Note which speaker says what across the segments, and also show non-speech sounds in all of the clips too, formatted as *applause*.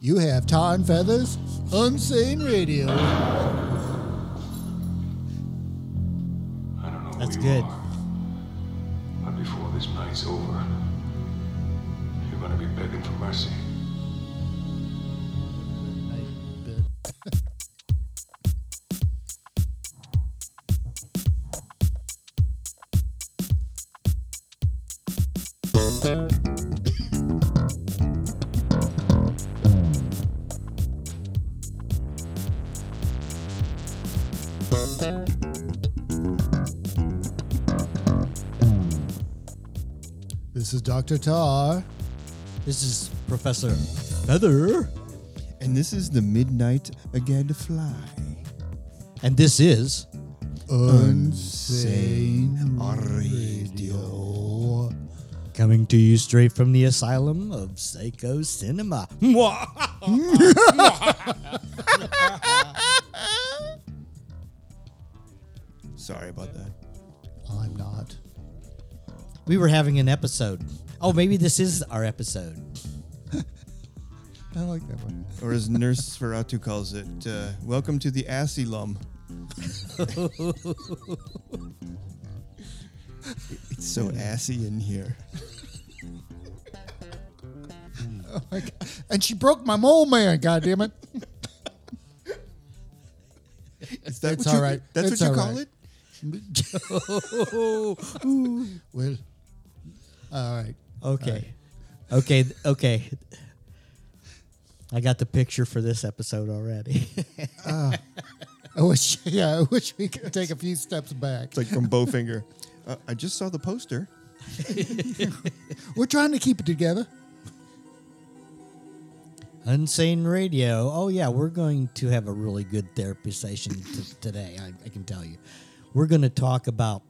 Speaker 1: You have Tar and Feathers, Unsane Radio.
Speaker 2: I don't know who
Speaker 3: That's
Speaker 2: you
Speaker 3: good.
Speaker 2: are, but before this night's over, you're gonna be begging for mercy.
Speaker 1: This is Dr. Tar.
Speaker 3: This is Professor Feather.
Speaker 4: And this is the Midnight Again Fly.
Speaker 3: And this is
Speaker 1: Unsane Radio.
Speaker 3: coming to you straight from the asylum of Psycho Cinema. Hmm, Mwah!
Speaker 4: Sorry about that.
Speaker 1: I'm not.
Speaker 3: we were having an episode. Oh, maybe this is our episode.
Speaker 1: I like that one.
Speaker 4: Or as Nurse Feratu calls it, uh, welcome to the asylum. it's so assy
Speaker 1: *laughs*
Speaker 4: in here.
Speaker 1: And she broke my mole man, goddammit.
Speaker 4: Is that
Speaker 1: It's
Speaker 4: what you,
Speaker 1: all right.
Speaker 4: That's
Speaker 1: It's
Speaker 4: what you
Speaker 1: all
Speaker 4: call
Speaker 1: right.
Speaker 4: it?
Speaker 1: well, all right.
Speaker 3: Okay. Okay. th- Okay. I got the picture for this episode already. *laughs*
Speaker 1: I wish, yeah, I wish we could take a few steps back.
Speaker 4: It's like from Bowfinger. Uh, I just saw the poster.
Speaker 1: We're trying to keep it together.
Speaker 3: Unsane Radio. Oh, yeah. We're going to have a really good therapy session t- today. I, I can tell you. We're going to talk about.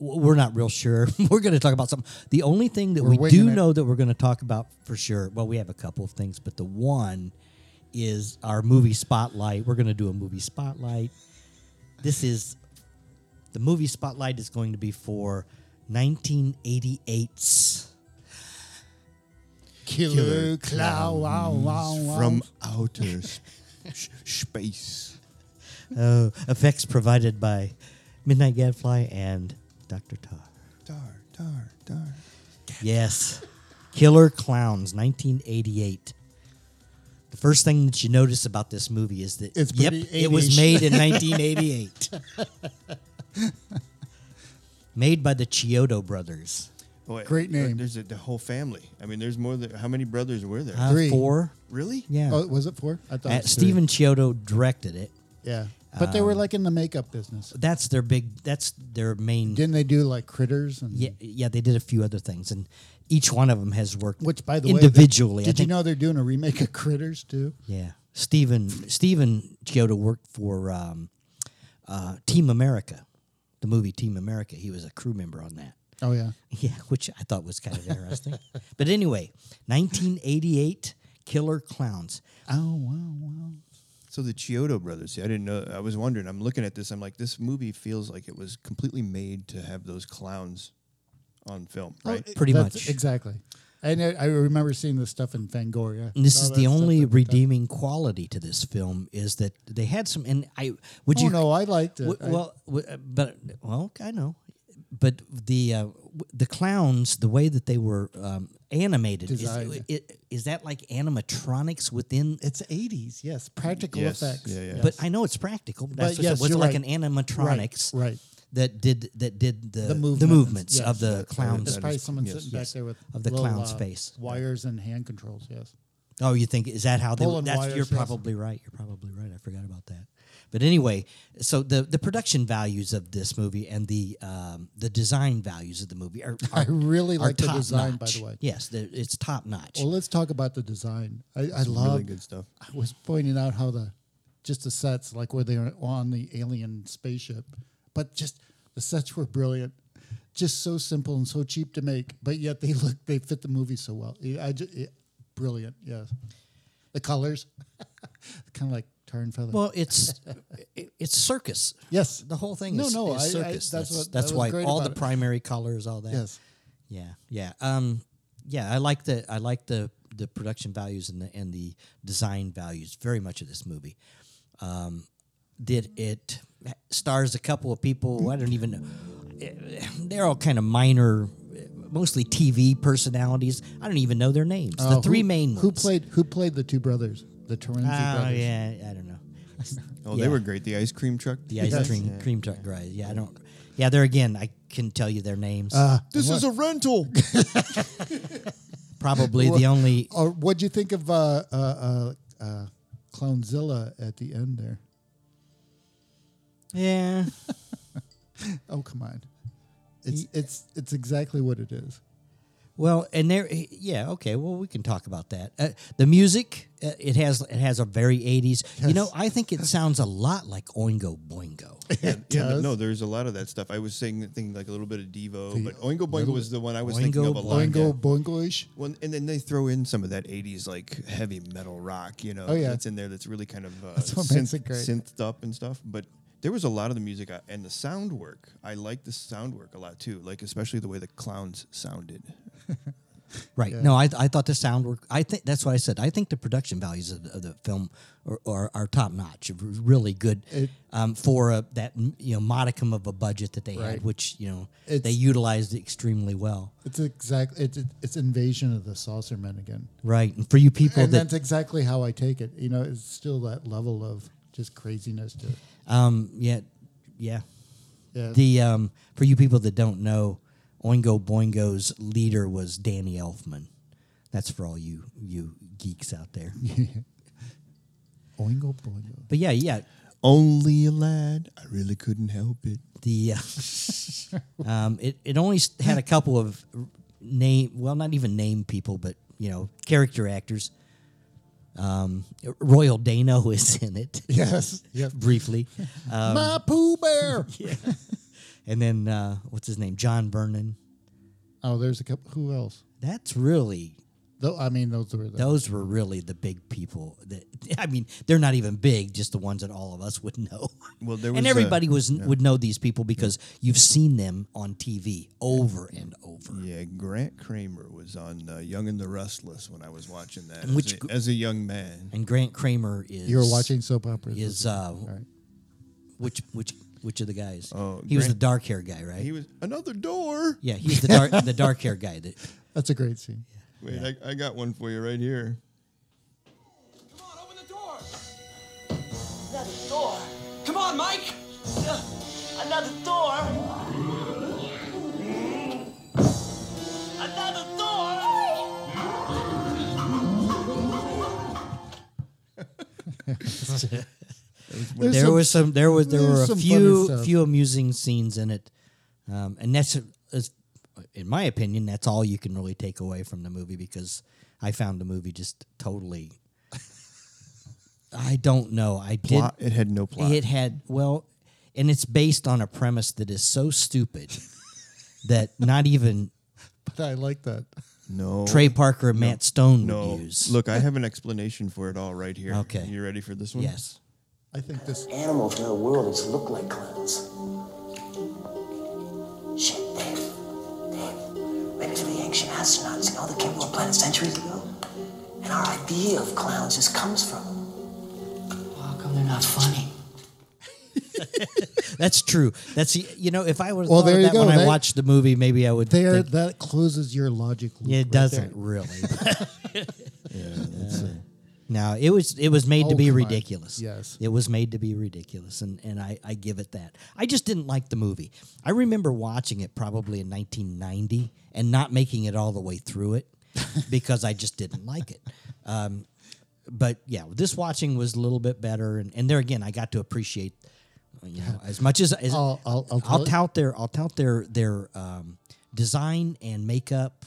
Speaker 3: w- We're not real sure. *laughs* We're going to talk about something. The only thing that
Speaker 1: We're
Speaker 3: we
Speaker 1: winging
Speaker 3: do
Speaker 1: it.
Speaker 3: know that we're going to talk about for sure. Well, we have a couple of things, but the one is our movie spotlight. We're going to do a movie spotlight. This is the movie spotlight is going to be for 1988's
Speaker 1: Killer, Clow, wow, wow, wow. *laughs*
Speaker 4: From outer s- sh- space.
Speaker 3: Oh, effects provided by Midnight Gadfly and Dr. Tar.
Speaker 4: Dar, dar, dar.
Speaker 3: Yes. Killer Clowns, 1988. The first thing that you notice about this movie is that
Speaker 1: It's
Speaker 3: yep,
Speaker 1: pretty
Speaker 3: it was
Speaker 1: 80s.
Speaker 3: made in
Speaker 1: *laughs*
Speaker 3: 1988. made by the Chiodo brothers.
Speaker 4: Oh, wait.
Speaker 1: Great
Speaker 4: Uh,
Speaker 1: name.
Speaker 4: There's a, the whole family. I mean, there's more than how many brothers were there?
Speaker 3: Uh,
Speaker 1: Three.
Speaker 3: Four?
Speaker 4: really?
Speaker 3: Yeah.
Speaker 1: Oh, was it four? I thought
Speaker 3: Uh,
Speaker 1: it was three.
Speaker 3: Stephen Chiodo directed it.
Speaker 1: Yeah. But they were like in the makeup business.
Speaker 3: That's their big that's their main
Speaker 1: Didn't they do like critters and
Speaker 3: Yeah, yeah, they did a few other things and each one of them has worked
Speaker 1: Which, by the
Speaker 3: individually.
Speaker 1: way, they-
Speaker 3: I
Speaker 1: did you
Speaker 3: think-
Speaker 1: know they're doing a remake of Critters too?
Speaker 3: Yeah, Stephen Stephen Chiodo worked for um, uh, Team America, the movie Team America. He was a crew member on that. *laughs*
Speaker 1: Oh yeah,
Speaker 3: Yeah, which I thought was kind of interesting.
Speaker 1: *laughs*
Speaker 3: but anyway, 1988, Killer Clowns.
Speaker 1: oh wow, wow.
Speaker 4: So the Chiodo brothers. See, I didn't know. I was wondering. I'm looking at this. I'm like, this movie feels like it was completely made to have those clowns on film, right?
Speaker 3: Pretty
Speaker 1: Oh, That's
Speaker 3: much.
Speaker 1: exactly. And I, I remember seeing this stuff in Fangoria.
Speaker 3: And this
Speaker 1: All
Speaker 3: is
Speaker 1: that
Speaker 3: the
Speaker 1: stuff
Speaker 3: only
Speaker 1: that-
Speaker 3: redeeming quality to this film is that they had some. And I would
Speaker 1: Oh
Speaker 3: you
Speaker 1: no, I liked it.
Speaker 3: W-
Speaker 1: I-
Speaker 3: well, w- uh, but well, I know, but the uh, w- the clowns, the way that they were um, animated, is,
Speaker 1: Designed.
Speaker 3: i- is that like animatronics within?
Speaker 1: it's '80s, yes, practical
Speaker 4: Yes,
Speaker 1: effects.
Speaker 4: yeah, yeah.
Speaker 3: But I know it's practical. That's
Speaker 1: But
Speaker 3: what I said.
Speaker 1: yes,
Speaker 3: was it
Speaker 1: you're
Speaker 3: like
Speaker 1: right.
Speaker 3: an animatronics
Speaker 1: Right, right.
Speaker 3: that did that did the the movements,
Speaker 1: movements, yes.
Speaker 3: of the
Speaker 1: That-
Speaker 3: clowns.
Speaker 1: There's probably someone
Speaker 4: yes,
Speaker 1: sitting
Speaker 3: yes.
Speaker 1: back there with
Speaker 3: Of the
Speaker 1: little,
Speaker 3: clown's
Speaker 1: uh,
Speaker 3: face.
Speaker 1: wires and hand controls. Yes,
Speaker 3: Oh, you think is that how they?
Speaker 1: Pulling
Speaker 3: That's,
Speaker 1: wires,
Speaker 3: you're
Speaker 1: yes.
Speaker 3: probably right. You're probably right. I forgot about that. But anyway, so the the production values of this movie and the um, the design values of the movie are, are
Speaker 1: I really
Speaker 3: are
Speaker 1: like the
Speaker 3: top
Speaker 1: design, by the
Speaker 3: notch.
Speaker 1: way.
Speaker 3: Yes, the, it's top notch.
Speaker 1: Well, let's talk about the design. I, I
Speaker 4: Really
Speaker 1: love.
Speaker 4: good stuff.
Speaker 1: I was pointing out how the just the sets, like where they were on the alien spaceship, but just the sets were brilliant. Just so simple and so cheap to make, but yet they look they fit the movie so well. It- I ju- it- brilliant, yeah. The colors, *laughs* kind of like tar and feather.
Speaker 3: Well, it's it, it's circus.
Speaker 1: yes,
Speaker 3: The whole thing
Speaker 1: No,
Speaker 3: is,
Speaker 1: no,
Speaker 3: is
Speaker 1: I- I-
Speaker 3: circus.
Speaker 1: that's
Speaker 3: that's
Speaker 1: what- that was
Speaker 3: that's why
Speaker 1: great
Speaker 3: all
Speaker 1: about
Speaker 3: the
Speaker 1: it.
Speaker 3: primary colors, all that.
Speaker 1: yes.
Speaker 3: Yeah, yeah, um, yeah. I like the I like the the production values and the and the design values very much of this movie. Um, did it stars a couple of people? I don't even know. eh, They're all kind of minor, eh, mostly TV personalities. I don't even know their names.
Speaker 1: Uh,
Speaker 3: the three
Speaker 1: who,
Speaker 3: main ones.
Speaker 1: Who played Who played the two brothers? The Terenzi
Speaker 3: Oh
Speaker 1: brothers.
Speaker 3: yeah, I don't know.
Speaker 4: Oh,
Speaker 3: Yeah.
Speaker 4: they were great. The ice cream truck.
Speaker 3: The ice
Speaker 1: Yes.
Speaker 3: cream cream truck guys. Yeah, I don't. Yeah, there again, I can tell you their names.
Speaker 1: Uh,
Speaker 4: This is a *laughs* rental.
Speaker 3: Probably the only
Speaker 1: Or what'd you think of uh, uh, uh, uh, Clownzilla at the end there?
Speaker 3: Yeah.
Speaker 1: Oh come on, it's it's it's exactly what it is.
Speaker 3: Well, and there, yeah, okay. Well, we can talk about that. Uh, the music, uh, it has it has a very '80s. You know, I think it sounds a lot like Oingo
Speaker 1: *laughs*
Speaker 3: Boingo.
Speaker 4: yeah, but
Speaker 1: does.
Speaker 4: no, there's a lot of that stuff. I was saying thing like a little bit of Devo,
Speaker 1: The-
Speaker 4: but Oingo Boingo was the one I was
Speaker 3: Oingo
Speaker 4: thinking of a lot.
Speaker 1: Boingo Boingoish.
Speaker 4: Well, and then they throw in some of that '80s like heavy metal rock, you know,
Speaker 1: Oh, yeah.
Speaker 4: that's in there. That's really kind of uh,
Speaker 1: That's what
Speaker 4: synth,
Speaker 1: makes it great.
Speaker 4: synthed up and stuff. But there was a lot of the music I, and the sound work. I like the sound work a lot too, like especially the way the clowns sounded.
Speaker 3: right? No, I, I thought the sound work. I think that's what I said. I think the production values of, the- of the film are, are, are top notch. Really good um, for a, that you know modicum of a budget that they
Speaker 1: Right.
Speaker 3: had, which you know
Speaker 1: It's-
Speaker 3: they utilized extremely well.
Speaker 1: It's exactly it's it's invasion of the saucermen again,
Speaker 3: Right, and for you people
Speaker 1: and
Speaker 3: that
Speaker 1: that's exactly how I take it. You know, it's still that level of just craziness to it.
Speaker 3: Um, yeah, yeah.
Speaker 1: Yeah.
Speaker 3: The um, for you people that don't know, Oingo Boingo's leader was Danny Elfman. That's for all you you geeks out there.
Speaker 1: Oingo Boingo.
Speaker 3: But yeah, yeah.
Speaker 4: Only a lad, I really couldn't help it.
Speaker 3: The uh, *laughs* um, it it only s- had a couple of name, well, not even name people, but you know, character actors. Um, Royal Dano *laughs* is in it.
Speaker 1: Yes. Yep.
Speaker 3: briefly.
Speaker 1: *laughs*
Speaker 3: Um,
Speaker 1: My Pooh
Speaker 3: *laughs*
Speaker 1: Bear.
Speaker 3: and then uh, what's his name? John Vernon.
Speaker 1: Oh, there's a couple. Who else?
Speaker 3: That's really
Speaker 1: Though I mean, those were the.
Speaker 3: those were really the big people that *laughs* i mean they're not even big just the ones that all of us would know
Speaker 4: Well, there was uh,
Speaker 3: and
Speaker 4: a-
Speaker 3: everybody was would know these people because you've seen them on tv over and over
Speaker 4: Yeah, Grant Kramer was on uh, Young and the Restless when I was watching that
Speaker 3: Which
Speaker 4: as,
Speaker 3: gr-
Speaker 4: a, as a young man.
Speaker 3: and grant kramer is
Speaker 1: you were watching soap operas. *laughs*
Speaker 3: is uh
Speaker 1: right.
Speaker 3: which which which of the guys
Speaker 4: Oh,
Speaker 3: he was the
Speaker 4: Grant-
Speaker 3: dark hair guy right
Speaker 4: He was another door.
Speaker 3: yeah he's the dark the dark hair guy that
Speaker 1: That's a great scene.
Speaker 4: Wait, I, I got one for you right here.
Speaker 5: Come on, open the door. Another door. Come on, Mike. Uh, Another door. Another door.
Speaker 1: There's
Speaker 3: there
Speaker 1: some-
Speaker 3: was some there was there
Speaker 1: there's
Speaker 3: were a
Speaker 1: some funny
Speaker 3: few
Speaker 1: stuff.
Speaker 3: few amusing scenes in it um, and that's is- in my opinion that's all you can really take away from the movie because i found the movie just totally i don't know i did
Speaker 4: Plot. it had no plot.
Speaker 3: it had well and it's based on a premise that is so stupid
Speaker 4: *laughs*
Speaker 3: that not even
Speaker 1: But *laughs* I like that.
Speaker 4: no.
Speaker 3: trey parker and matt stone
Speaker 4: No.
Speaker 3: would use
Speaker 4: Look, I
Speaker 3: *laughs*
Speaker 4: have an explanation for it all right here.
Speaker 3: Okay.
Speaker 4: You ready for this one?
Speaker 3: yes
Speaker 1: I think this.
Speaker 5: Animals in our world used to look like clowns. Shit, Dave. Dave. Maybe it's the ancient astronauts, you know, that came to our planet centuries ago. And our idea of clowns just comes from them. How come they're not funny?
Speaker 3: that's true that's the- you know if i would have
Speaker 1: Well,
Speaker 3: thought
Speaker 1: there
Speaker 3: of
Speaker 1: you
Speaker 3: that
Speaker 1: go.
Speaker 3: when i
Speaker 1: They-
Speaker 3: watched the movie maybe i would
Speaker 1: There,
Speaker 3: think-
Speaker 1: that closes your logic loop.
Speaker 3: Yeah, it
Speaker 1: right there.
Speaker 3: doesn't
Speaker 1: *laughs*
Speaker 3: really.
Speaker 4: Yeah, that's it.
Speaker 3: no, it was it was made
Speaker 1: Oh,
Speaker 3: to be
Speaker 1: come on.
Speaker 3: ridiculous.
Speaker 1: Yes.
Speaker 3: it was made to be ridiculous, and and I I give it that. I just didn't like the movie. I remember watching it probably in 1990 and not making it all the way
Speaker 1: *laughs*
Speaker 3: through it because I just didn't like it. Um, but yeah, this watching was a little bit better, and and there again, I got to appreciate. You know, as much as, as
Speaker 1: I'll- I'll- I'll tell-
Speaker 3: tout their I'll tout their their um, design and makeup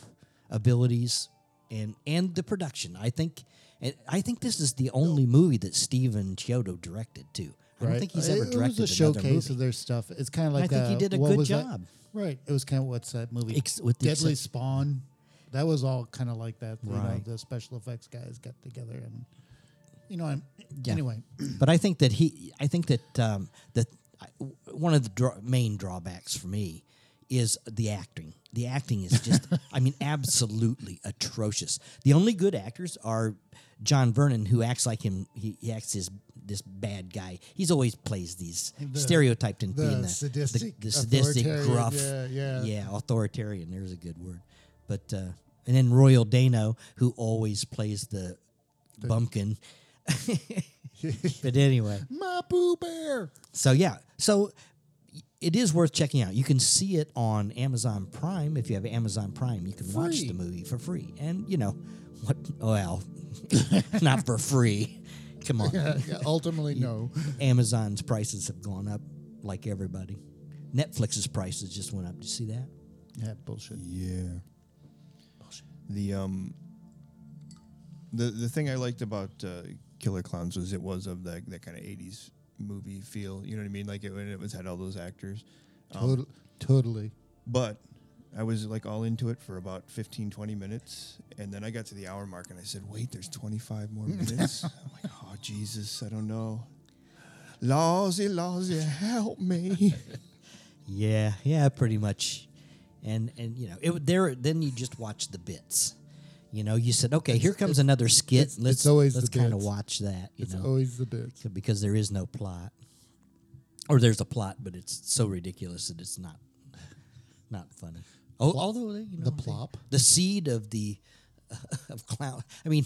Speaker 3: abilities and and the production. I think and I think this is the only movie that Steven Chiodo directed too. I don't think he's ever
Speaker 1: it
Speaker 3: directed
Speaker 1: was a showcase
Speaker 3: another movie.
Speaker 1: of their stuff. It's kind of like
Speaker 3: think he
Speaker 1: uh,
Speaker 3: did a
Speaker 1: what
Speaker 3: good
Speaker 1: was that?
Speaker 3: job.
Speaker 1: Right. It was kind of what's that movie?
Speaker 3: Ex- with the
Speaker 1: Deadly
Speaker 3: exception-
Speaker 1: Spawn. That was all kind of like that. You
Speaker 3: Right.
Speaker 1: know, the special effects guys got together and you know. I'm,
Speaker 3: Yeah. *laughs*
Speaker 1: Anyway,
Speaker 3: but I think that he, I think that um, that I- w- one of the draw, main drawbacks for me is the acting. The acting
Speaker 1: *laughs*
Speaker 3: is just, I mean, absolutely atrocious. The only good actors are John Vernon, who acts like him. He, he acts as this bad guy. He's always plays these stereotyped and
Speaker 1: the
Speaker 3: being the
Speaker 1: sadistic,
Speaker 3: the, the sadistic
Speaker 1: authoritarian,
Speaker 3: gruff,
Speaker 1: yeah, yeah.
Speaker 3: authoritarian. There's a good word, but uh, and then Royal Dano, who always plays the bumpkin. but anyway,
Speaker 1: My Pooh Bear.
Speaker 3: so yeah, so it is worth checking out. You can see it on Amazon Prime if you have Amazon Prime. You can watch
Speaker 1: Free.
Speaker 3: the movie for free, and you know what? Well, *laughs* not for free. Come on,
Speaker 1: Yeah, ultimately, no.
Speaker 3: Amazon's prices have gone up like everybody. Netflix's prices just went up. Did you see that?
Speaker 1: Yeah, bullshit.
Speaker 4: Yeah.
Speaker 3: Oh,
Speaker 4: The um the the thing I liked about uh, Killer Clowns was it was of that that kind of eighties movie feel. You know what I mean? Like it, and it was had all those actors.
Speaker 1: Total, totally.
Speaker 4: But I was like all into it for about 15, 20 minutes, and then I got to the hour mark and I said, "Wait, there's twenty
Speaker 1: *laughs*
Speaker 4: five more minutes." I'm like, "Oh Jesus, I don't know." Lawsy, lawsy, help
Speaker 1: *laughs*
Speaker 4: me.
Speaker 3: Yeah, yeah, pretty much. And and you know, it there then you just watch the bits. You know, you said, okay, here comes another skit.
Speaker 1: it's-
Speaker 3: let's
Speaker 1: it's always
Speaker 3: let's
Speaker 1: the
Speaker 3: kind of
Speaker 1: bits.
Speaker 3: watch that. You
Speaker 1: It's
Speaker 3: know,
Speaker 1: always the bits.
Speaker 3: because there is no plot, or there's a plot, but it's so ridiculous that it's not not funny. Oh, although you know,
Speaker 1: the
Speaker 3: they-
Speaker 1: plop.
Speaker 3: the seed of the *laughs* of clown. I mean,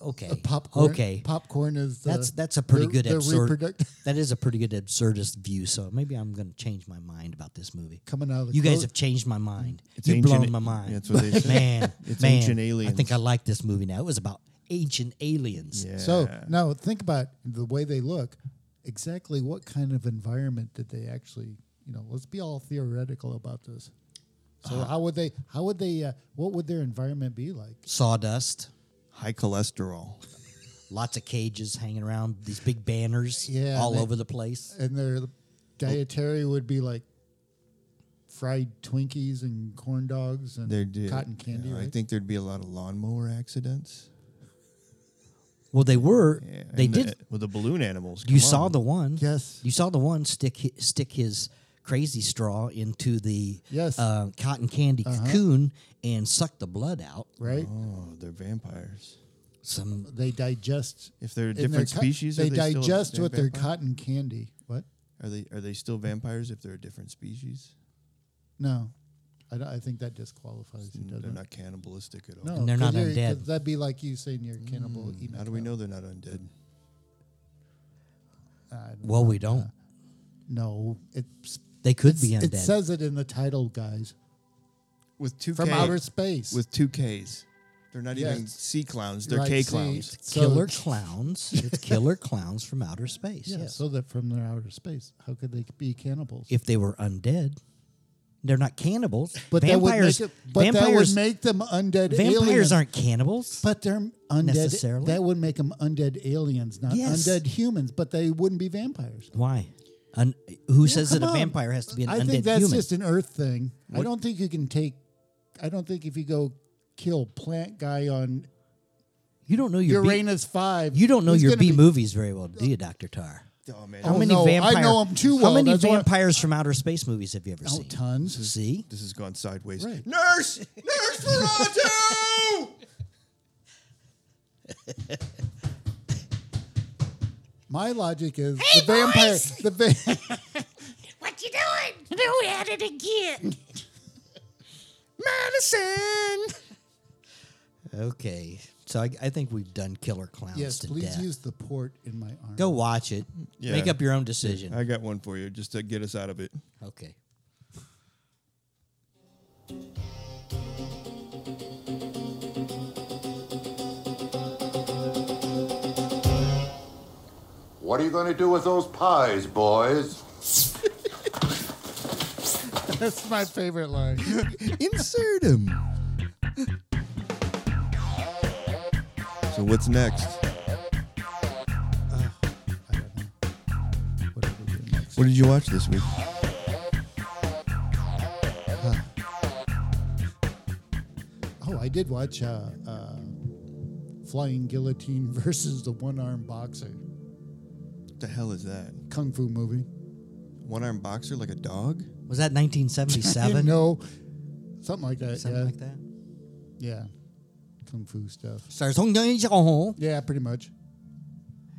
Speaker 3: okay,
Speaker 1: Popcorn.
Speaker 3: Okay,
Speaker 1: Popcorn is
Speaker 4: uh,
Speaker 1: the,
Speaker 3: that's that's a pretty
Speaker 1: the-
Speaker 3: good
Speaker 1: the
Speaker 3: absurd.
Speaker 1: reproduct-
Speaker 4: *laughs*
Speaker 3: that is a pretty good absurdist view. So maybe I'm going to change my mind about this movie.
Speaker 1: Coming out of the
Speaker 3: you guys
Speaker 1: clo-
Speaker 3: have changed my mind.
Speaker 4: It's
Speaker 3: You've
Speaker 4: ancient
Speaker 3: blown
Speaker 4: a-
Speaker 3: my mind.
Speaker 4: That's what they say.
Speaker 3: man.
Speaker 4: It's
Speaker 3: man,
Speaker 4: ancient
Speaker 3: I
Speaker 4: aliens.
Speaker 3: think I like this movie now. It was about ancient aliens.
Speaker 4: Yeah.
Speaker 1: So now think about the way they look. Exactly what kind of environment did they actually? You know, let's be all theoretical about this. So how would they? How would they? Uh, what would their environment be like?
Speaker 3: Sawdust.
Speaker 4: High cholesterol.
Speaker 3: Lots of cages hanging around. These big banners
Speaker 1: Yeah,
Speaker 3: all
Speaker 1: they-
Speaker 3: over the place.
Speaker 1: And their dietary would be like fried Twinkies and corn dogs and
Speaker 4: There did
Speaker 1: cotton candy.
Speaker 4: yeah,
Speaker 1: right?
Speaker 4: I think there'd be a lot of lawnmower accidents.
Speaker 3: Well, they were.
Speaker 4: Yeah,
Speaker 3: they
Speaker 4: and
Speaker 3: did.
Speaker 4: the, with the balloon animals.
Speaker 3: you
Speaker 4: come
Speaker 3: saw
Speaker 4: on.
Speaker 3: the one.
Speaker 1: Yes.
Speaker 3: You saw the one stick hi- stick his crazy straw into the
Speaker 1: Yes. Uh-huh.
Speaker 3: uh, cotton candy cocoon and suck the blood out.
Speaker 1: right?
Speaker 4: Oh, they're vampires.
Speaker 3: Some
Speaker 1: They digest.
Speaker 4: If they're a
Speaker 1: in their
Speaker 4: different
Speaker 1: co-
Speaker 4: species, are
Speaker 1: They,
Speaker 4: they still
Speaker 1: digest
Speaker 4: a
Speaker 1: with their
Speaker 4: vampire?
Speaker 1: cotton candy. What?
Speaker 4: Are they are they still vampires if they're a different species?
Speaker 1: No, I, don't- I think that disqualifies you.
Speaker 4: They're
Speaker 1: doesn't it?
Speaker 4: not cannibalistic at all.
Speaker 1: No,
Speaker 3: And they're not
Speaker 1: 'cause you're-
Speaker 3: undead.
Speaker 1: 'cause That'd be like you saying you're cannibal. eating a
Speaker 4: Hmm, How do we
Speaker 1: cow.
Speaker 4: know they're not undead?
Speaker 1: I don't-
Speaker 3: well, we don't.
Speaker 1: no, it's
Speaker 3: They could
Speaker 1: it's-
Speaker 3: be undead.
Speaker 1: It says it in the title, guys.
Speaker 4: With two
Speaker 1: From
Speaker 4: K-
Speaker 1: outer space.
Speaker 4: with two K's. They're not
Speaker 1: Yeah,
Speaker 4: even
Speaker 1: it's-
Speaker 4: sea clowns. They're
Speaker 1: Right,
Speaker 4: K
Speaker 1: see,
Speaker 4: clowns.
Speaker 1: so-
Speaker 3: killer clowns. It's killer clowns from outer space.
Speaker 1: Yeah,
Speaker 3: yes.
Speaker 1: so that from their outer space, how could they be cannibals?
Speaker 3: if they were undead, they're not cannibals.
Speaker 1: but
Speaker 3: vampires.
Speaker 1: that would make it, but
Speaker 3: vampires.
Speaker 1: that would make them undead.
Speaker 3: vampires
Speaker 1: aliens.
Speaker 3: aren't cannibals.
Speaker 1: But they're undead.
Speaker 3: Necessarily.
Speaker 1: That would make them undead aliens, not
Speaker 3: Yes.
Speaker 1: undead humans. But they wouldn't be vampires.
Speaker 3: Why? Un- who says that
Speaker 1: Come
Speaker 3: a
Speaker 1: on.
Speaker 3: vampire has to be an
Speaker 1: I
Speaker 3: undead
Speaker 1: think that's
Speaker 3: human?
Speaker 1: just an Earth thing. I don't think you can take. I don't think if you go kill plant guy on
Speaker 3: you don't know your B-
Speaker 1: Uranus five,
Speaker 3: you don't know
Speaker 1: he's
Speaker 3: your
Speaker 1: gonna
Speaker 3: B
Speaker 1: be-
Speaker 3: movies very well, do you, Doctor Tar?
Speaker 4: Oh man,
Speaker 1: How Oh, many- no, I know 'em too well,
Speaker 3: How many
Speaker 1: that's why-
Speaker 3: vampires from outer space movies have you ever
Speaker 1: Oh,
Speaker 3: seen?
Speaker 1: tons.
Speaker 3: See,
Speaker 4: this has gone sideways.
Speaker 1: Right.
Speaker 3: *laughs*
Speaker 4: Nurse, nurse
Speaker 1: *laughs*
Speaker 4: Ferrato.
Speaker 1: My logic is the vampire. The
Speaker 3: *laughs*
Speaker 1: va-
Speaker 6: What you doing? No, at it again.
Speaker 4: Madison.
Speaker 3: okay. So I, I think we've done Killer Clowns
Speaker 1: yes,
Speaker 3: to
Speaker 1: please
Speaker 3: death.
Speaker 1: use the port in my arm.
Speaker 3: Go watch it.
Speaker 4: Yeah.
Speaker 3: Make up your own decision.
Speaker 4: I got one for you, just to get us out of it.
Speaker 3: okay.
Speaker 7: What are you going to do with those pies, boys?
Speaker 1: *laughs* That's my favorite
Speaker 3: *laughs*
Speaker 1: line.
Speaker 4: Insert him. So what's next?
Speaker 1: I don't know. What are we doing next?
Speaker 4: What did you watch this week?
Speaker 1: Oh, I did watch uh, uh, Flying Guillotine *laughs* versus the One Arm Boxer
Speaker 4: What the hell is that?
Speaker 1: kung fu movie.
Speaker 4: One armed boxer like a dog?
Speaker 1: *laughs*
Speaker 3: Was that 1977?
Speaker 1: no, something like that.
Speaker 3: Something
Speaker 1: yeah,
Speaker 3: like that.
Speaker 1: yeah, kung fu stuff.
Speaker 3: Stars Hong Dong Zhao,
Speaker 1: Yeah, pretty much.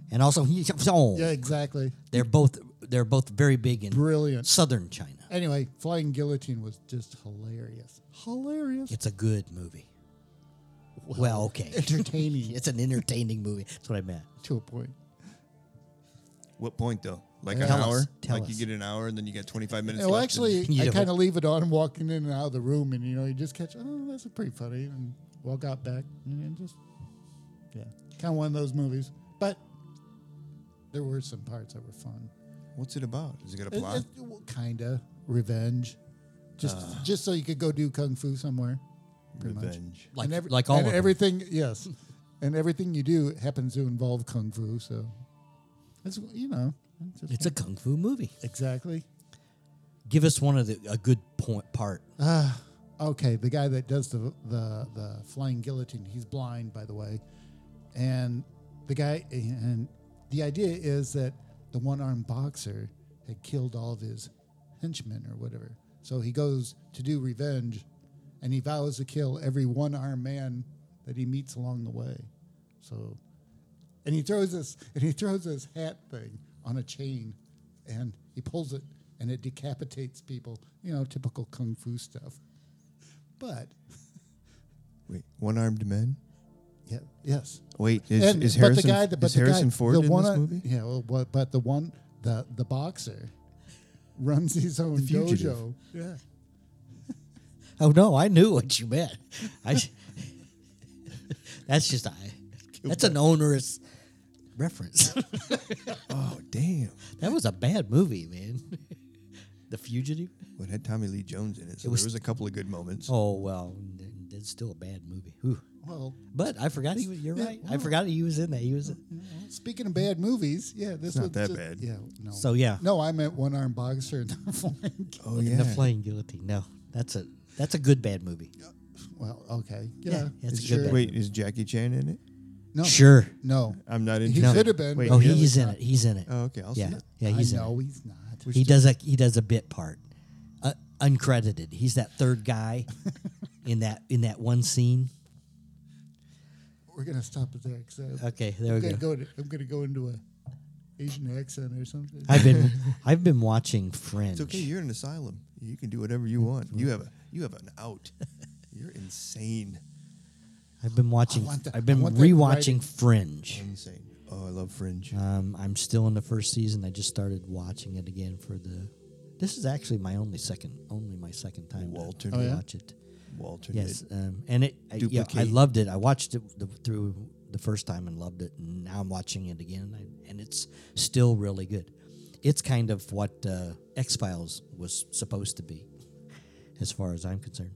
Speaker 3: and also Hong Zhao Zhao.
Speaker 1: Yeah, exactly.
Speaker 3: They're both they're both very big in
Speaker 1: Brilliant.
Speaker 3: southern China.
Speaker 1: Anyway, Flying Guillotine was just hilarious. Hilarious.
Speaker 3: It's a good movie. Well, *laughs* okay.
Speaker 1: entertaining
Speaker 3: It's an entertaining movie. That's what I meant.
Speaker 1: to a
Speaker 4: *laughs*
Speaker 1: point.
Speaker 4: What point though? Like an
Speaker 3: Tell us,
Speaker 4: hour?
Speaker 3: tell
Speaker 4: like you
Speaker 3: us.
Speaker 4: get an hour and then you got 25 minutes.
Speaker 1: well,
Speaker 4: left and-
Speaker 1: actually,
Speaker 3: You
Speaker 1: I
Speaker 3: know.
Speaker 1: kind of leave it on walking in and out of the room, and you know, you just catch, oh, that's pretty funny, and walk out back, and then just, yeah, kind of one of those movies. But there were some parts that were fun.
Speaker 4: what's it about? Is it got a
Speaker 1: It,
Speaker 4: plot?
Speaker 1: kind of revenge, just
Speaker 4: Uh.
Speaker 1: just so you could go do kung fu somewhere. pretty much.
Speaker 4: Revenge.
Speaker 3: Like
Speaker 1: and every-
Speaker 3: like all
Speaker 1: and
Speaker 3: of them. *laughs*
Speaker 1: everything, yes, and everything you do happens to involve kung fu. So, it's you know, it's, just-
Speaker 3: It's a kung fu movie.
Speaker 1: exactly.
Speaker 3: Give us one of the a good point part.
Speaker 1: okay, the guy that does the the the flying guillotine, he's blind, by the way, and the guy and the idea is that the one armed boxer had killed all of his henchmen or whatever, so he goes to do revenge, and he vows to kill every one armed man that he meets along the way, so, and he throws this and he throws this hat thing on a chain, and he pulls it. And it decapitates people, you know, typical kung fu stuff. But
Speaker 4: Wait, one armed men?
Speaker 1: yeah, yes.
Speaker 4: Wait, is, is
Speaker 1: but
Speaker 4: Harrison,
Speaker 1: that-
Speaker 4: is Harrison Ford in
Speaker 1: one,
Speaker 4: this
Speaker 1: on-
Speaker 4: movie?
Speaker 1: Yeah, well, but, but the one the the boxer *laughs* runs his own
Speaker 4: fugitive.
Speaker 1: dojo. Yeah.
Speaker 3: Oh no, I knew what you meant. I. *laughs* that's just I. That's an onerous reference. *laughs*
Speaker 4: Oh, damn.
Speaker 3: that was a bad movie, man. the Fugitive.
Speaker 4: Well, it had Tommy Lee Jones in it, so
Speaker 3: It was-
Speaker 4: there was a couple of good moments.
Speaker 3: Oh well, th- it's still a bad movie. Whew.
Speaker 1: Well,
Speaker 3: But I forgot he was. You're
Speaker 1: Yeah,
Speaker 3: right. I forgot he was in that. He was.
Speaker 1: speaking of bad movies, yeah, this
Speaker 4: not
Speaker 1: was
Speaker 4: that
Speaker 1: just-
Speaker 4: bad.
Speaker 1: Yeah, no.
Speaker 3: So, yeah.
Speaker 1: no, I meant one armed boxer and *laughs* the flying.
Speaker 4: Oh,
Speaker 3: in The Flying Guillotine. No, that's a that's a good bad movie.
Speaker 1: Well, okay, yeah,
Speaker 3: Yeah, that's
Speaker 1: it's
Speaker 3: a good
Speaker 1: sure.
Speaker 3: bet.
Speaker 4: Wait, is Jackie Chan in it?
Speaker 1: No,
Speaker 3: Sure.
Speaker 1: no,
Speaker 4: I'm not
Speaker 1: He
Speaker 4: into
Speaker 1: could have been,
Speaker 4: Wait,
Speaker 1: but
Speaker 3: Oh,
Speaker 1: Oh. he
Speaker 4: really?
Speaker 3: he's in it. He's in it.
Speaker 4: Oh, okay, I'll see
Speaker 3: yeah,
Speaker 4: it.
Speaker 3: yeah, he's
Speaker 1: I
Speaker 3: in
Speaker 1: know
Speaker 3: it.
Speaker 1: he's not.
Speaker 3: He does a he does a bit part, uh, uncredited. He's that third
Speaker 1: *laughs*
Speaker 3: guy in that in that one scene.
Speaker 1: We're gonna stop it there because
Speaker 3: Okay,
Speaker 1: I'm
Speaker 3: there we
Speaker 1: gonna
Speaker 3: go.
Speaker 1: go. to- I'm gonna go into a Asian accent or something. *laughs*
Speaker 3: I've been I've been watching Fringe.
Speaker 4: It's okay. You're in an asylum. You can do whatever
Speaker 3: Mm,
Speaker 4: you want. You have a you have an
Speaker 3: *laughs*
Speaker 4: out. You're insane.
Speaker 3: I've been watching.
Speaker 1: want that-
Speaker 3: I've
Speaker 1: I
Speaker 3: been
Speaker 1: want that writing.
Speaker 3: rewatching Fringe.
Speaker 4: Insane. Oh, I love Fringe.
Speaker 3: Um, I'm still in the first season. I just started watching it again for the. This is actually my only second, only my second time
Speaker 4: Walter
Speaker 3: to
Speaker 1: Oh, yeah?
Speaker 3: watch it.
Speaker 4: Walter.
Speaker 3: Yes,
Speaker 4: did.
Speaker 3: um, and it. I, yeah, I
Speaker 4: Duplicate.
Speaker 3: loved it. I watched it the, through the first time and loved it, and now I'm watching it again, and, I, and it's still really good. It's kind of what uh, X Files was supposed to be, as far as I'm concerned.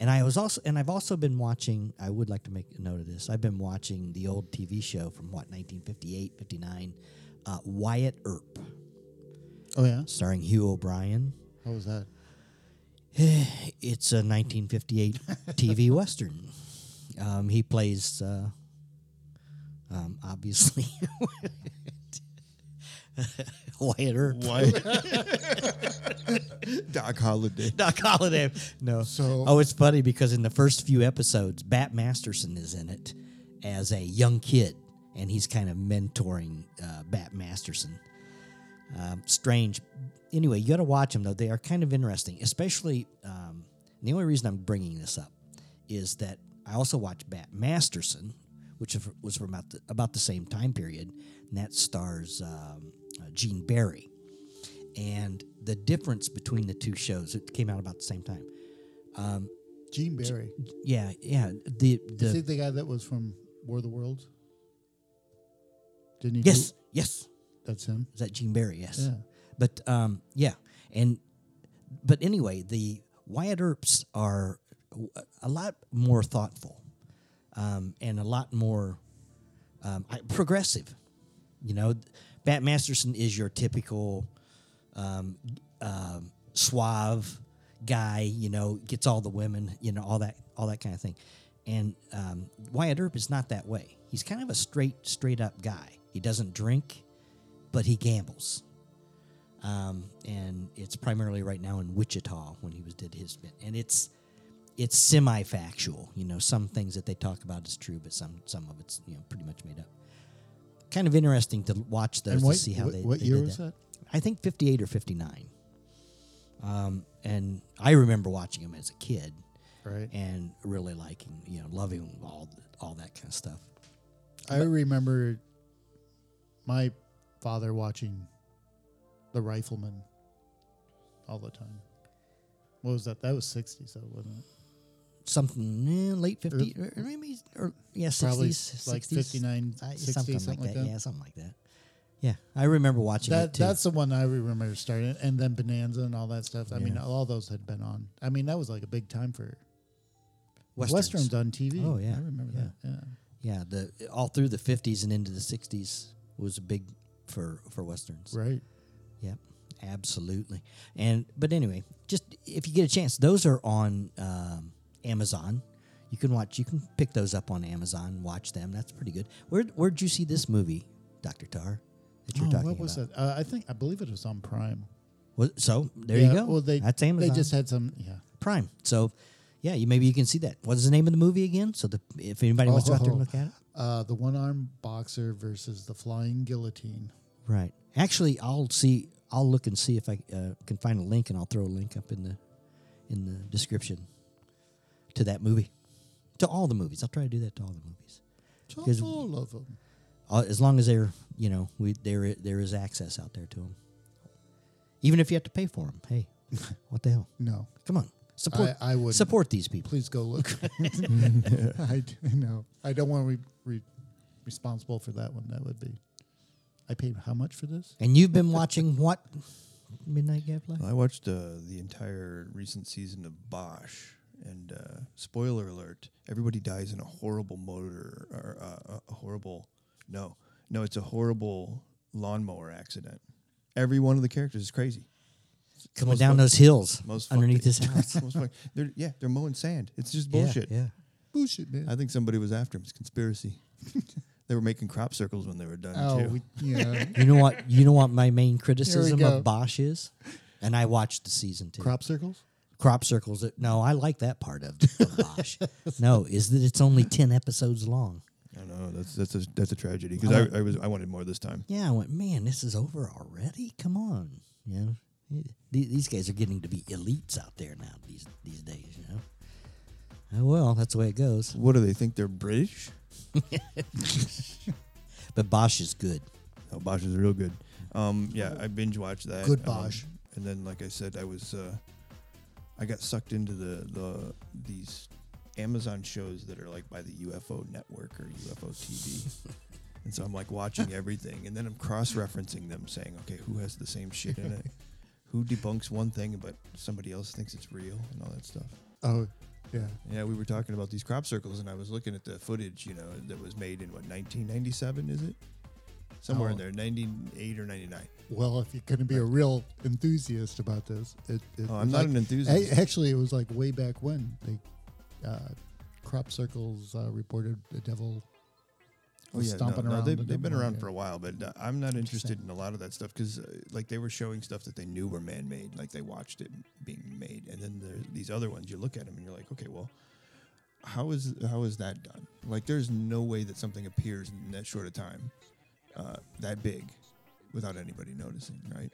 Speaker 3: And I was also, and I've also been watching. I would like to make a note of this. I've been watching the old TV show from what 1958, 59, uh, Wyatt Earp,
Speaker 1: Oh yeah,
Speaker 3: starring Hugh O'Brien.
Speaker 1: how was that?
Speaker 3: It's a 1958 TV Western. Um, he plays, uh, um, obviously, *laughs* Wyatt Earp.
Speaker 4: Doc Holliday.
Speaker 3: *laughs* Doc Holliday. No.
Speaker 1: So-
Speaker 3: oh, it's funny because in the first few episodes, Bat Masterson is in it as a young kid, and he's kind of mentoring uh, Bat Masterson. Um, strange. Anyway, you got to watch them though. They are kind of interesting, especially. Um, the only reason I'm bringing this up is that I also watched Bat Masterson, which is- was from about the, about the same time period, and that stars um, uh, Gene Barry and the difference between the two shows it came out about the same time
Speaker 1: Gene Barry.
Speaker 3: yeah yeah the the
Speaker 1: Is he the guy that was from War of the Worlds? Didn't he? do-
Speaker 3: yes yes
Speaker 1: that's him.
Speaker 3: is that gene barry yes
Speaker 1: Yeah.
Speaker 3: but um yeah and but anyway the wyatt earps are w- a lot more thoughtful um, and a lot more um, I- progressive you know bat masterson is your typical um, um, suave guy, you know, gets all the women, you know, all that, all that kind of thing. And um, Wyatt Earp is not that way. He's kind of a straight, straight up guy. He doesn't drink, but he gambles. um, and it's primarily right now in Wichita when he was did his bit, and it's it's semi factual. You know, some things that they talk about is true, but some some of it's you know pretty much made up. Kind of interesting to watch those
Speaker 1: And
Speaker 3: to
Speaker 1: what-
Speaker 3: see how
Speaker 1: what-
Speaker 3: they
Speaker 1: what
Speaker 3: they
Speaker 1: year
Speaker 3: did
Speaker 1: was that?
Speaker 3: I think fifty eight or fifty nine. Um, and I remember watching him as a kid,
Speaker 1: Right.
Speaker 3: and really liking you know loving all all that kind of stuff.
Speaker 1: I remember my father watching The Rifleman all the time. What was that? That was 60s, though, wasn't it?
Speaker 3: Something eh, late fifty or, or maybe or yeah
Speaker 1: Probably
Speaker 3: sixties Uh,
Speaker 1: like 59, 60,
Speaker 3: something,
Speaker 1: something
Speaker 3: like
Speaker 1: like
Speaker 3: that.
Speaker 1: that.
Speaker 3: yeah something like that yeah I remember watching
Speaker 1: That,
Speaker 3: it too.
Speaker 1: that's the one I remember starting. And then Bonanza and all that stuff. I mean,
Speaker 3: Yeah.
Speaker 1: all those had been on. I mean, that was like a big time for
Speaker 3: Westerns.
Speaker 1: Westerns, on TV.
Speaker 3: Oh, yeah.
Speaker 1: I remember
Speaker 3: Yeah.
Speaker 1: that. Yeah.
Speaker 3: yeah the all through the fifties and into the sixties was big for for westerns
Speaker 1: Right.
Speaker 3: Yep, absolutely. And but anyway, just if you get a chance, those are on um, Amazon. You can watch. You can pick those up on Amazon. Watch them. That's pretty good. Where Where'd you see this movie, Doctor Tar? That you're
Speaker 1: Oh,
Speaker 3: talking
Speaker 1: what was
Speaker 3: about.
Speaker 1: that? Uh, I think, I believe it was on Prime.
Speaker 3: Was- so there
Speaker 1: Yeah,
Speaker 3: you go.
Speaker 1: Well, they,
Speaker 3: That's Amazon.
Speaker 1: They just had some, yeah.
Speaker 3: Prime. So yeah, you maybe you can see that. What is the name of the movie again? So the if anybody wants to go out there and look at it.
Speaker 1: Oh, Uh, the one armed boxer versus the flying guillotine.
Speaker 3: Right. Actually, I'll see. I'll look and see if I uh, can find a link, and I'll throw a link up in the in the description to that movie, to all the movies. I'll try to do that to all the movies,
Speaker 1: Chock
Speaker 3: 'Cause-
Speaker 1: full of 'em.
Speaker 3: Uh, as long as they're you know we there i- there is access out there to them, even if you have to pay for them. Hey, *laughs* what the hell?
Speaker 1: No,
Speaker 3: Come on, support.
Speaker 1: I wouldn't.
Speaker 3: support these people.
Speaker 1: please go
Speaker 3: *laughs*
Speaker 1: look. *laughs* I d- no, I don't want to be re- responsible for that one. That would be. I paid how much for this?
Speaker 3: And you've been watching what Midnight Gabfly?
Speaker 4: I watched uh, the entire recent season of Bosch, and uh, spoiler alert: everybody dies in a horrible motor or uh, a horrible no, no, it's a horrible lawnmower accident. Every one of the characters is crazy.
Speaker 3: Coming
Speaker 4: most
Speaker 3: down
Speaker 4: fuck-
Speaker 3: those hills
Speaker 4: Most fucked-
Speaker 3: underneath this house.
Speaker 4: *laughs* most fuck- they're, yeah, they're mowing sand. It's just
Speaker 3: Yeah,
Speaker 4: bullshit.
Speaker 3: yeah.
Speaker 1: Bullshit, man.
Speaker 4: I think somebody was after him. It's conspiracy. *laughs* they were making crop circles when they were done
Speaker 1: oh,
Speaker 4: too.
Speaker 1: we, yeah.
Speaker 3: *laughs* You know what? You know what my main criticism
Speaker 1: go.
Speaker 3: of Bosch is, and I watched the season two
Speaker 1: Crop circles.
Speaker 3: crop circles. It, no, I like that part of,
Speaker 1: *laughs*
Speaker 3: of Bosch. no, is that it's only ten episodes long.
Speaker 4: I know that's that's a that's a tragedy because I, I was I wanted more this time.
Speaker 3: Yeah, I went, man, this is over already. Come on, you know, The- these guys are getting to be elites out there now these these days. You know, oh well, that's the way it goes.
Speaker 4: What do they think? They're British?
Speaker 3: But Bosch is good.
Speaker 4: No, Bosch is real good. Um, yeah, I binge watched that.
Speaker 1: Good
Speaker 4: um,
Speaker 1: Bosch.
Speaker 4: and then, like I said, I was uh, I got sucked into the the these Amazon shows that are like by the UFO network or UFO TV. and so I'm
Speaker 1: *laughs*
Speaker 4: like watching everything, and then I'm cross referencing them, saying, okay, who has the same shit
Speaker 1: *laughs*
Speaker 4: in it? Who debunks one thing, but somebody else thinks it's real and all that stuff.
Speaker 1: Oh, yeah.
Speaker 4: Yeah, we were talking about these crop circles, and I was looking at the footage, you know, that was made in what 1997 is it? Somewhere in
Speaker 1: Oh.
Speaker 4: there, 98 or 99.
Speaker 1: Well, if you're going to be a real enthusiast about this, it, it
Speaker 4: Oh, I'm
Speaker 1: was
Speaker 4: not
Speaker 1: like-
Speaker 4: an enthusiast.
Speaker 1: A- actually, it was like way back when they uh, crop circles uh, reported the devil
Speaker 4: Oh,
Speaker 1: was stomping around.
Speaker 4: they,
Speaker 1: the
Speaker 4: they've been
Speaker 1: devil.
Speaker 4: around
Speaker 1: Yeah.
Speaker 4: for a while, but uh, I'm not interested in a lot of that stuff because, uh, like, they were showing stuff that they knew were man-made, like they watched it being made, and then there's these other ones. You look at them and you're like, okay, well, how is how is that done? Like, there's no way that something appears in that short a time, uh, that big, without anybody noticing, right?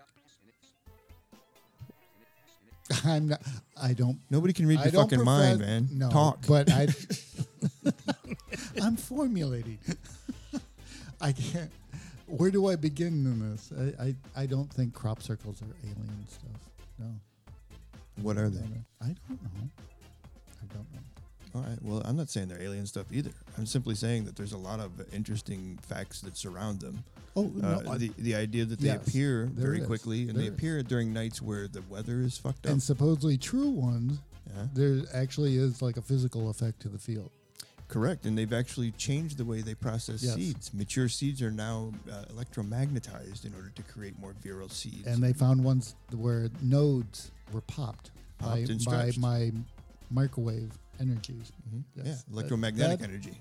Speaker 1: *laughs* I'm not. I don't.
Speaker 4: Nobody can read
Speaker 1: I
Speaker 4: your
Speaker 1: don't
Speaker 4: fucking
Speaker 1: profess-
Speaker 4: mind, man.
Speaker 1: No,
Speaker 4: Talk.
Speaker 1: But
Speaker 4: *laughs*
Speaker 1: I, *laughs* I'm formulating. *laughs* I can't. Where do I begin in this? I, I, I don't think crop circles are alien stuff. No,
Speaker 4: what are
Speaker 1: I
Speaker 4: they?
Speaker 1: don't know. I don't know. I don't know.
Speaker 4: All right. Well, I'm not saying they're alien stuff either. I'm simply saying that there's a lot of interesting facts that surround them.
Speaker 1: Oh, no,
Speaker 4: Uh,
Speaker 1: I-
Speaker 4: the, the idea that they
Speaker 1: Yes,
Speaker 4: appear
Speaker 1: there
Speaker 4: very
Speaker 1: it is.
Speaker 4: quickly and
Speaker 1: There
Speaker 4: they
Speaker 1: it is.
Speaker 4: appear during nights where the weather is fucked up.
Speaker 1: and supposedly true ones,
Speaker 4: Oh. Yeah.
Speaker 1: there actually is like a physical effect to the field.
Speaker 4: Correct. And they've actually changed the way they process
Speaker 1: Yes.
Speaker 4: seeds. Mature seeds are now uh, electromagnetized in order to create more virile seeds.
Speaker 1: And they found ones where nodes were popped, by,
Speaker 4: Popped and
Speaker 1: by
Speaker 4: stretched. Mm-hmm.
Speaker 1: my microwave energies.
Speaker 4: yeah,
Speaker 1: Yes. That-
Speaker 4: electromagnetic
Speaker 1: that-
Speaker 4: energy.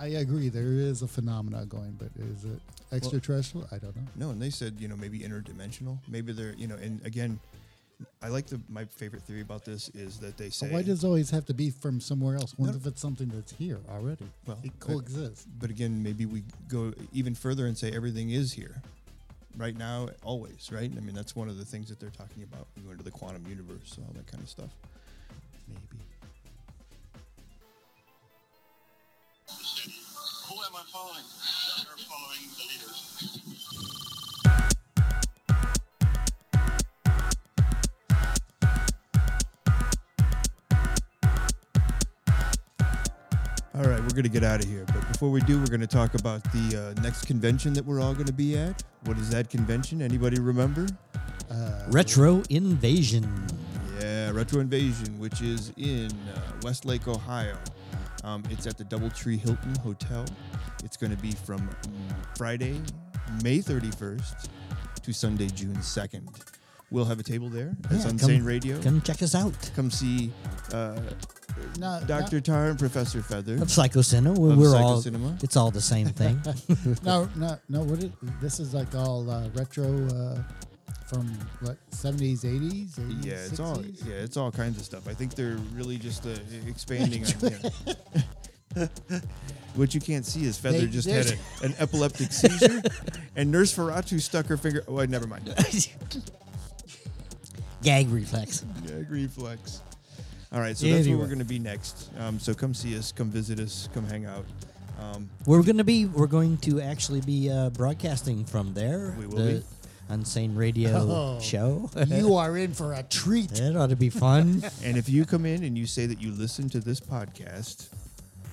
Speaker 1: I agree. There is a phenomena going, but is it extraterrestrial? I don't know.
Speaker 4: No, and they said you know maybe interdimensional. Maybe they're you know, and again, I like the my favorite theory about this is that they say
Speaker 1: But why does it always have to be from somewhere else? What
Speaker 4: No.
Speaker 1: if it's something that's here already?
Speaker 4: Well, uh,
Speaker 1: it
Speaker 4: it-
Speaker 1: coexists.
Speaker 4: But again, maybe we go even further and say everything is here, right now, always, right? I mean, that's one of the things that they're talking about. We go into the quantum universe, all that kind of stuff.
Speaker 3: Maybe.
Speaker 8: Who am I following? You're following the leaders.
Speaker 4: All right, we're going to get out of here. But before we do, we're going to talk about the uh, next convention that we're all going to be at. What is that convention? Anybody remember?
Speaker 3: Retro Invasion.
Speaker 4: Yeah, Retro Invasion, which is in uh, Westlake, Ohio. Um, it's at the Doubletree Hilton Hotel. It's going to be from mm, Friday, May 31st to Sunday, June 2nd. We'll have a table there. It's
Speaker 3: Yeah,
Speaker 4: on
Speaker 3: come-
Speaker 4: Zane Radio. Come,
Speaker 3: Come check us out.
Speaker 4: see uh,
Speaker 1: No,
Speaker 4: Dr. Tar and Professor Feather.
Speaker 3: Of Psycho Cinema. We're,
Speaker 4: Of
Speaker 3: we're
Speaker 4: Psycho
Speaker 3: all.
Speaker 4: Cinema.
Speaker 3: It's all the same thing.
Speaker 4: *laughs*
Speaker 1: No, no, no. What? It, this is like all uh, retro uh, from what seventies, eighties.
Speaker 4: Yeah, it's all yeah, it's all kinds of stuff. I think they're really just uh, expanding on. You know. What you can't see is Feather
Speaker 1: They-
Speaker 4: just
Speaker 1: there's-
Speaker 4: had a, an epileptic seizure, and Nurse Feratu stuck her finger. Oh, never mind.
Speaker 3: *laughs* Gag reflex.
Speaker 4: Gag *laughs* reflex. All right, so that's where
Speaker 3: Anyway.
Speaker 4: we're going to be next. Um, so come see us, come visit us, come hang out. Um,
Speaker 3: We're gonna be. We're going to actually be uh, broadcasting from there.
Speaker 4: We will be.
Speaker 3: on Sane Radio
Speaker 1: Oh.
Speaker 3: show.
Speaker 1: You are in for a treat.
Speaker 3: *laughs* that ought to be
Speaker 4: *laughs*
Speaker 3: fun. *laughs*
Speaker 4: and if you come in and you say that you listen to this podcast,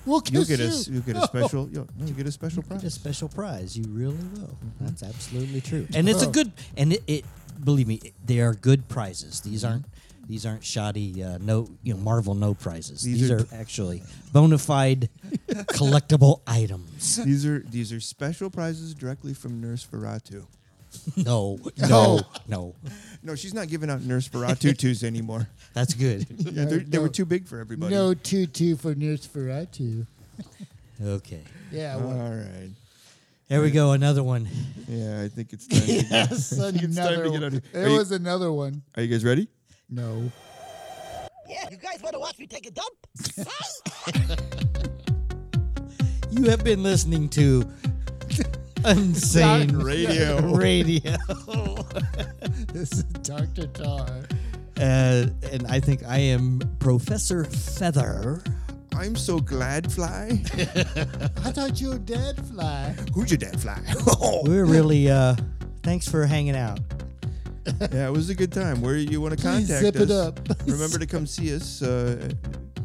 Speaker 1: We'll
Speaker 4: you'll
Speaker 1: kiss
Speaker 4: get a
Speaker 1: you.
Speaker 4: s- you'll get a special you'll, you'll get a special
Speaker 3: Get a
Speaker 4: prize.
Speaker 3: special prize. You really will.
Speaker 4: Mm-hmm.
Speaker 3: That's absolutely true. And it's a good. And it, it believe me, it- they are good prizes. These
Speaker 4: Mm-hmm.
Speaker 3: aren't. These aren't shoddy. Uh, no, you know, Marvel no prizes.
Speaker 4: These
Speaker 3: These,
Speaker 4: are-
Speaker 3: are, actually bona fide
Speaker 4: *laughs*
Speaker 3: collectible items.
Speaker 4: These are these are special prizes directly from Nurse Feratu.
Speaker 3: No, no, no.
Speaker 4: No, she's not giving out Nurse Baratutus anymore.
Speaker 3: That's good.
Speaker 4: *laughs* Yeah, they're- they were too big for everybody.
Speaker 1: No tutu for Nurse Ferratu.
Speaker 3: Okay.
Speaker 1: Yeah,
Speaker 4: All *laughs*
Speaker 1: well,
Speaker 4: right.
Speaker 3: There we go. Another one.
Speaker 4: Yeah, I think it's time. to-
Speaker 1: *laughs* that's
Speaker 4: It's time
Speaker 1: another.
Speaker 4: to get out
Speaker 1: One.
Speaker 4: of here.
Speaker 1: There
Speaker 4: Are you-
Speaker 1: was another one.
Speaker 4: Are you guys ready?
Speaker 1: No.
Speaker 5: Yeah, you guys want to watch me take a dump?
Speaker 3: *laughs* You have been listening to Unsane
Speaker 4: Radio.
Speaker 3: Radio.
Speaker 1: This is Dr. Tar.
Speaker 3: Uh, and I think I am Professor Feather.
Speaker 4: *laughs* I'm so glad, Fly.
Speaker 1: I thought you were dead, fly.
Speaker 4: Who's your dad, Fly? *laughs*
Speaker 3: We're really uh thanks for hanging out.
Speaker 4: yeah, it was a good time. Where you want to
Speaker 1: Please
Speaker 4: contact
Speaker 1: zip it
Speaker 4: us?
Speaker 1: up.
Speaker 4: Remember to come see us. Uh,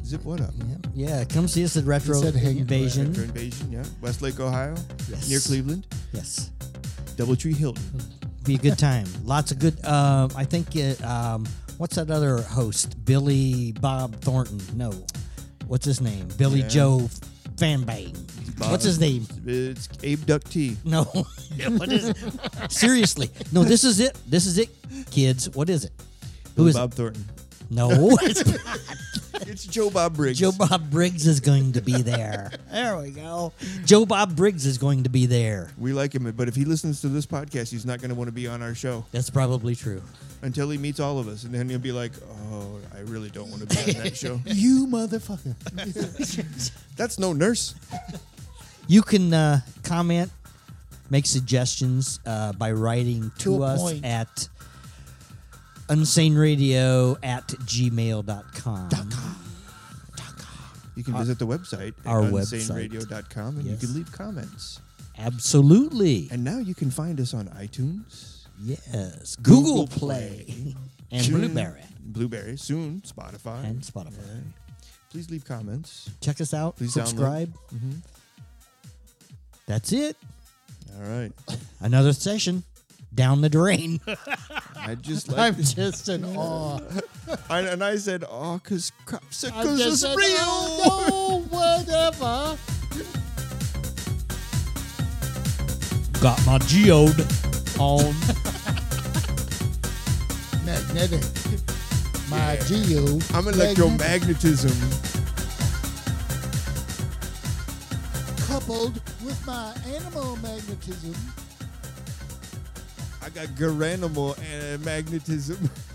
Speaker 4: zip what up?
Speaker 3: Yeah, yeah, come see us at Retro
Speaker 1: said hang-
Speaker 3: Invasion.
Speaker 4: After invasion, yeah. Westlake, Ohio,
Speaker 3: Yes.
Speaker 4: near Cleveland,
Speaker 3: Yes.
Speaker 4: Doubletree Hilton.
Speaker 3: Be a good time. Lots of good um I think it, um what's that other host? Billy Bob Thornton. No. What's his name? Billy
Speaker 4: Yeah.
Speaker 3: Joe Fanbang. What's his name? *laughs*
Speaker 4: It's Abe Ductee.
Speaker 3: No. what is it? *laughs* Seriously. No, this is it. This is it, kids. What is it? Who is
Speaker 4: Bob
Speaker 3: it?
Speaker 4: Thornton.
Speaker 3: *laughs* No, it's not.
Speaker 4: It's Joe Bob Briggs.
Speaker 3: Joe Bob Briggs is going to be there. there we go. Joe Bob Briggs is going to be there.
Speaker 4: we like him, but if he listens to this podcast, he's not going to want to be on our show.
Speaker 3: That's probably true.
Speaker 4: until he meets all of us, and then he'll be like, "Oh, I really don't want to be on that show."
Speaker 1: You motherfucker.
Speaker 4: That's no nurse.
Speaker 3: You can uh, comment, make suggestions uh, by writing to,
Speaker 1: To a
Speaker 3: us
Speaker 1: point.
Speaker 3: at unsaneradio at gmail.com.
Speaker 4: You can visit the website at
Speaker 3: our
Speaker 4: unsaneradio.com, and
Speaker 3: Yes.
Speaker 4: you can leave comments.
Speaker 3: Absolutely.
Speaker 4: And now you can find us on iTunes,
Speaker 3: yes. Google, Play, and
Speaker 4: Soon-
Speaker 3: Blueberry
Speaker 4: Blueberry soon, Spotify.
Speaker 3: and Spotify.
Speaker 4: Please leave comments.
Speaker 3: Check us out.
Speaker 4: Please download.
Speaker 3: subscribe. Mm-hmm. That's it.
Speaker 4: All right,
Speaker 3: Another session down the drain. *laughs*
Speaker 4: I just like,
Speaker 1: I'm just in
Speaker 4: *laughs*
Speaker 1: awe.
Speaker 4: I, and I said, "Oh, cause
Speaker 1: I'm
Speaker 4: because
Speaker 1: just
Speaker 4: it's
Speaker 1: in
Speaker 4: real."
Speaker 3: "Oh,
Speaker 1: awe. No, whatever.
Speaker 3: Got my geode on.
Speaker 1: Magnetic. My geo.
Speaker 4: I'm
Speaker 1: magnetic.
Speaker 4: electromagnetism.
Speaker 1: coupled with my animal magnetism.
Speaker 4: I got garanimal and uh, magnetism. *laughs*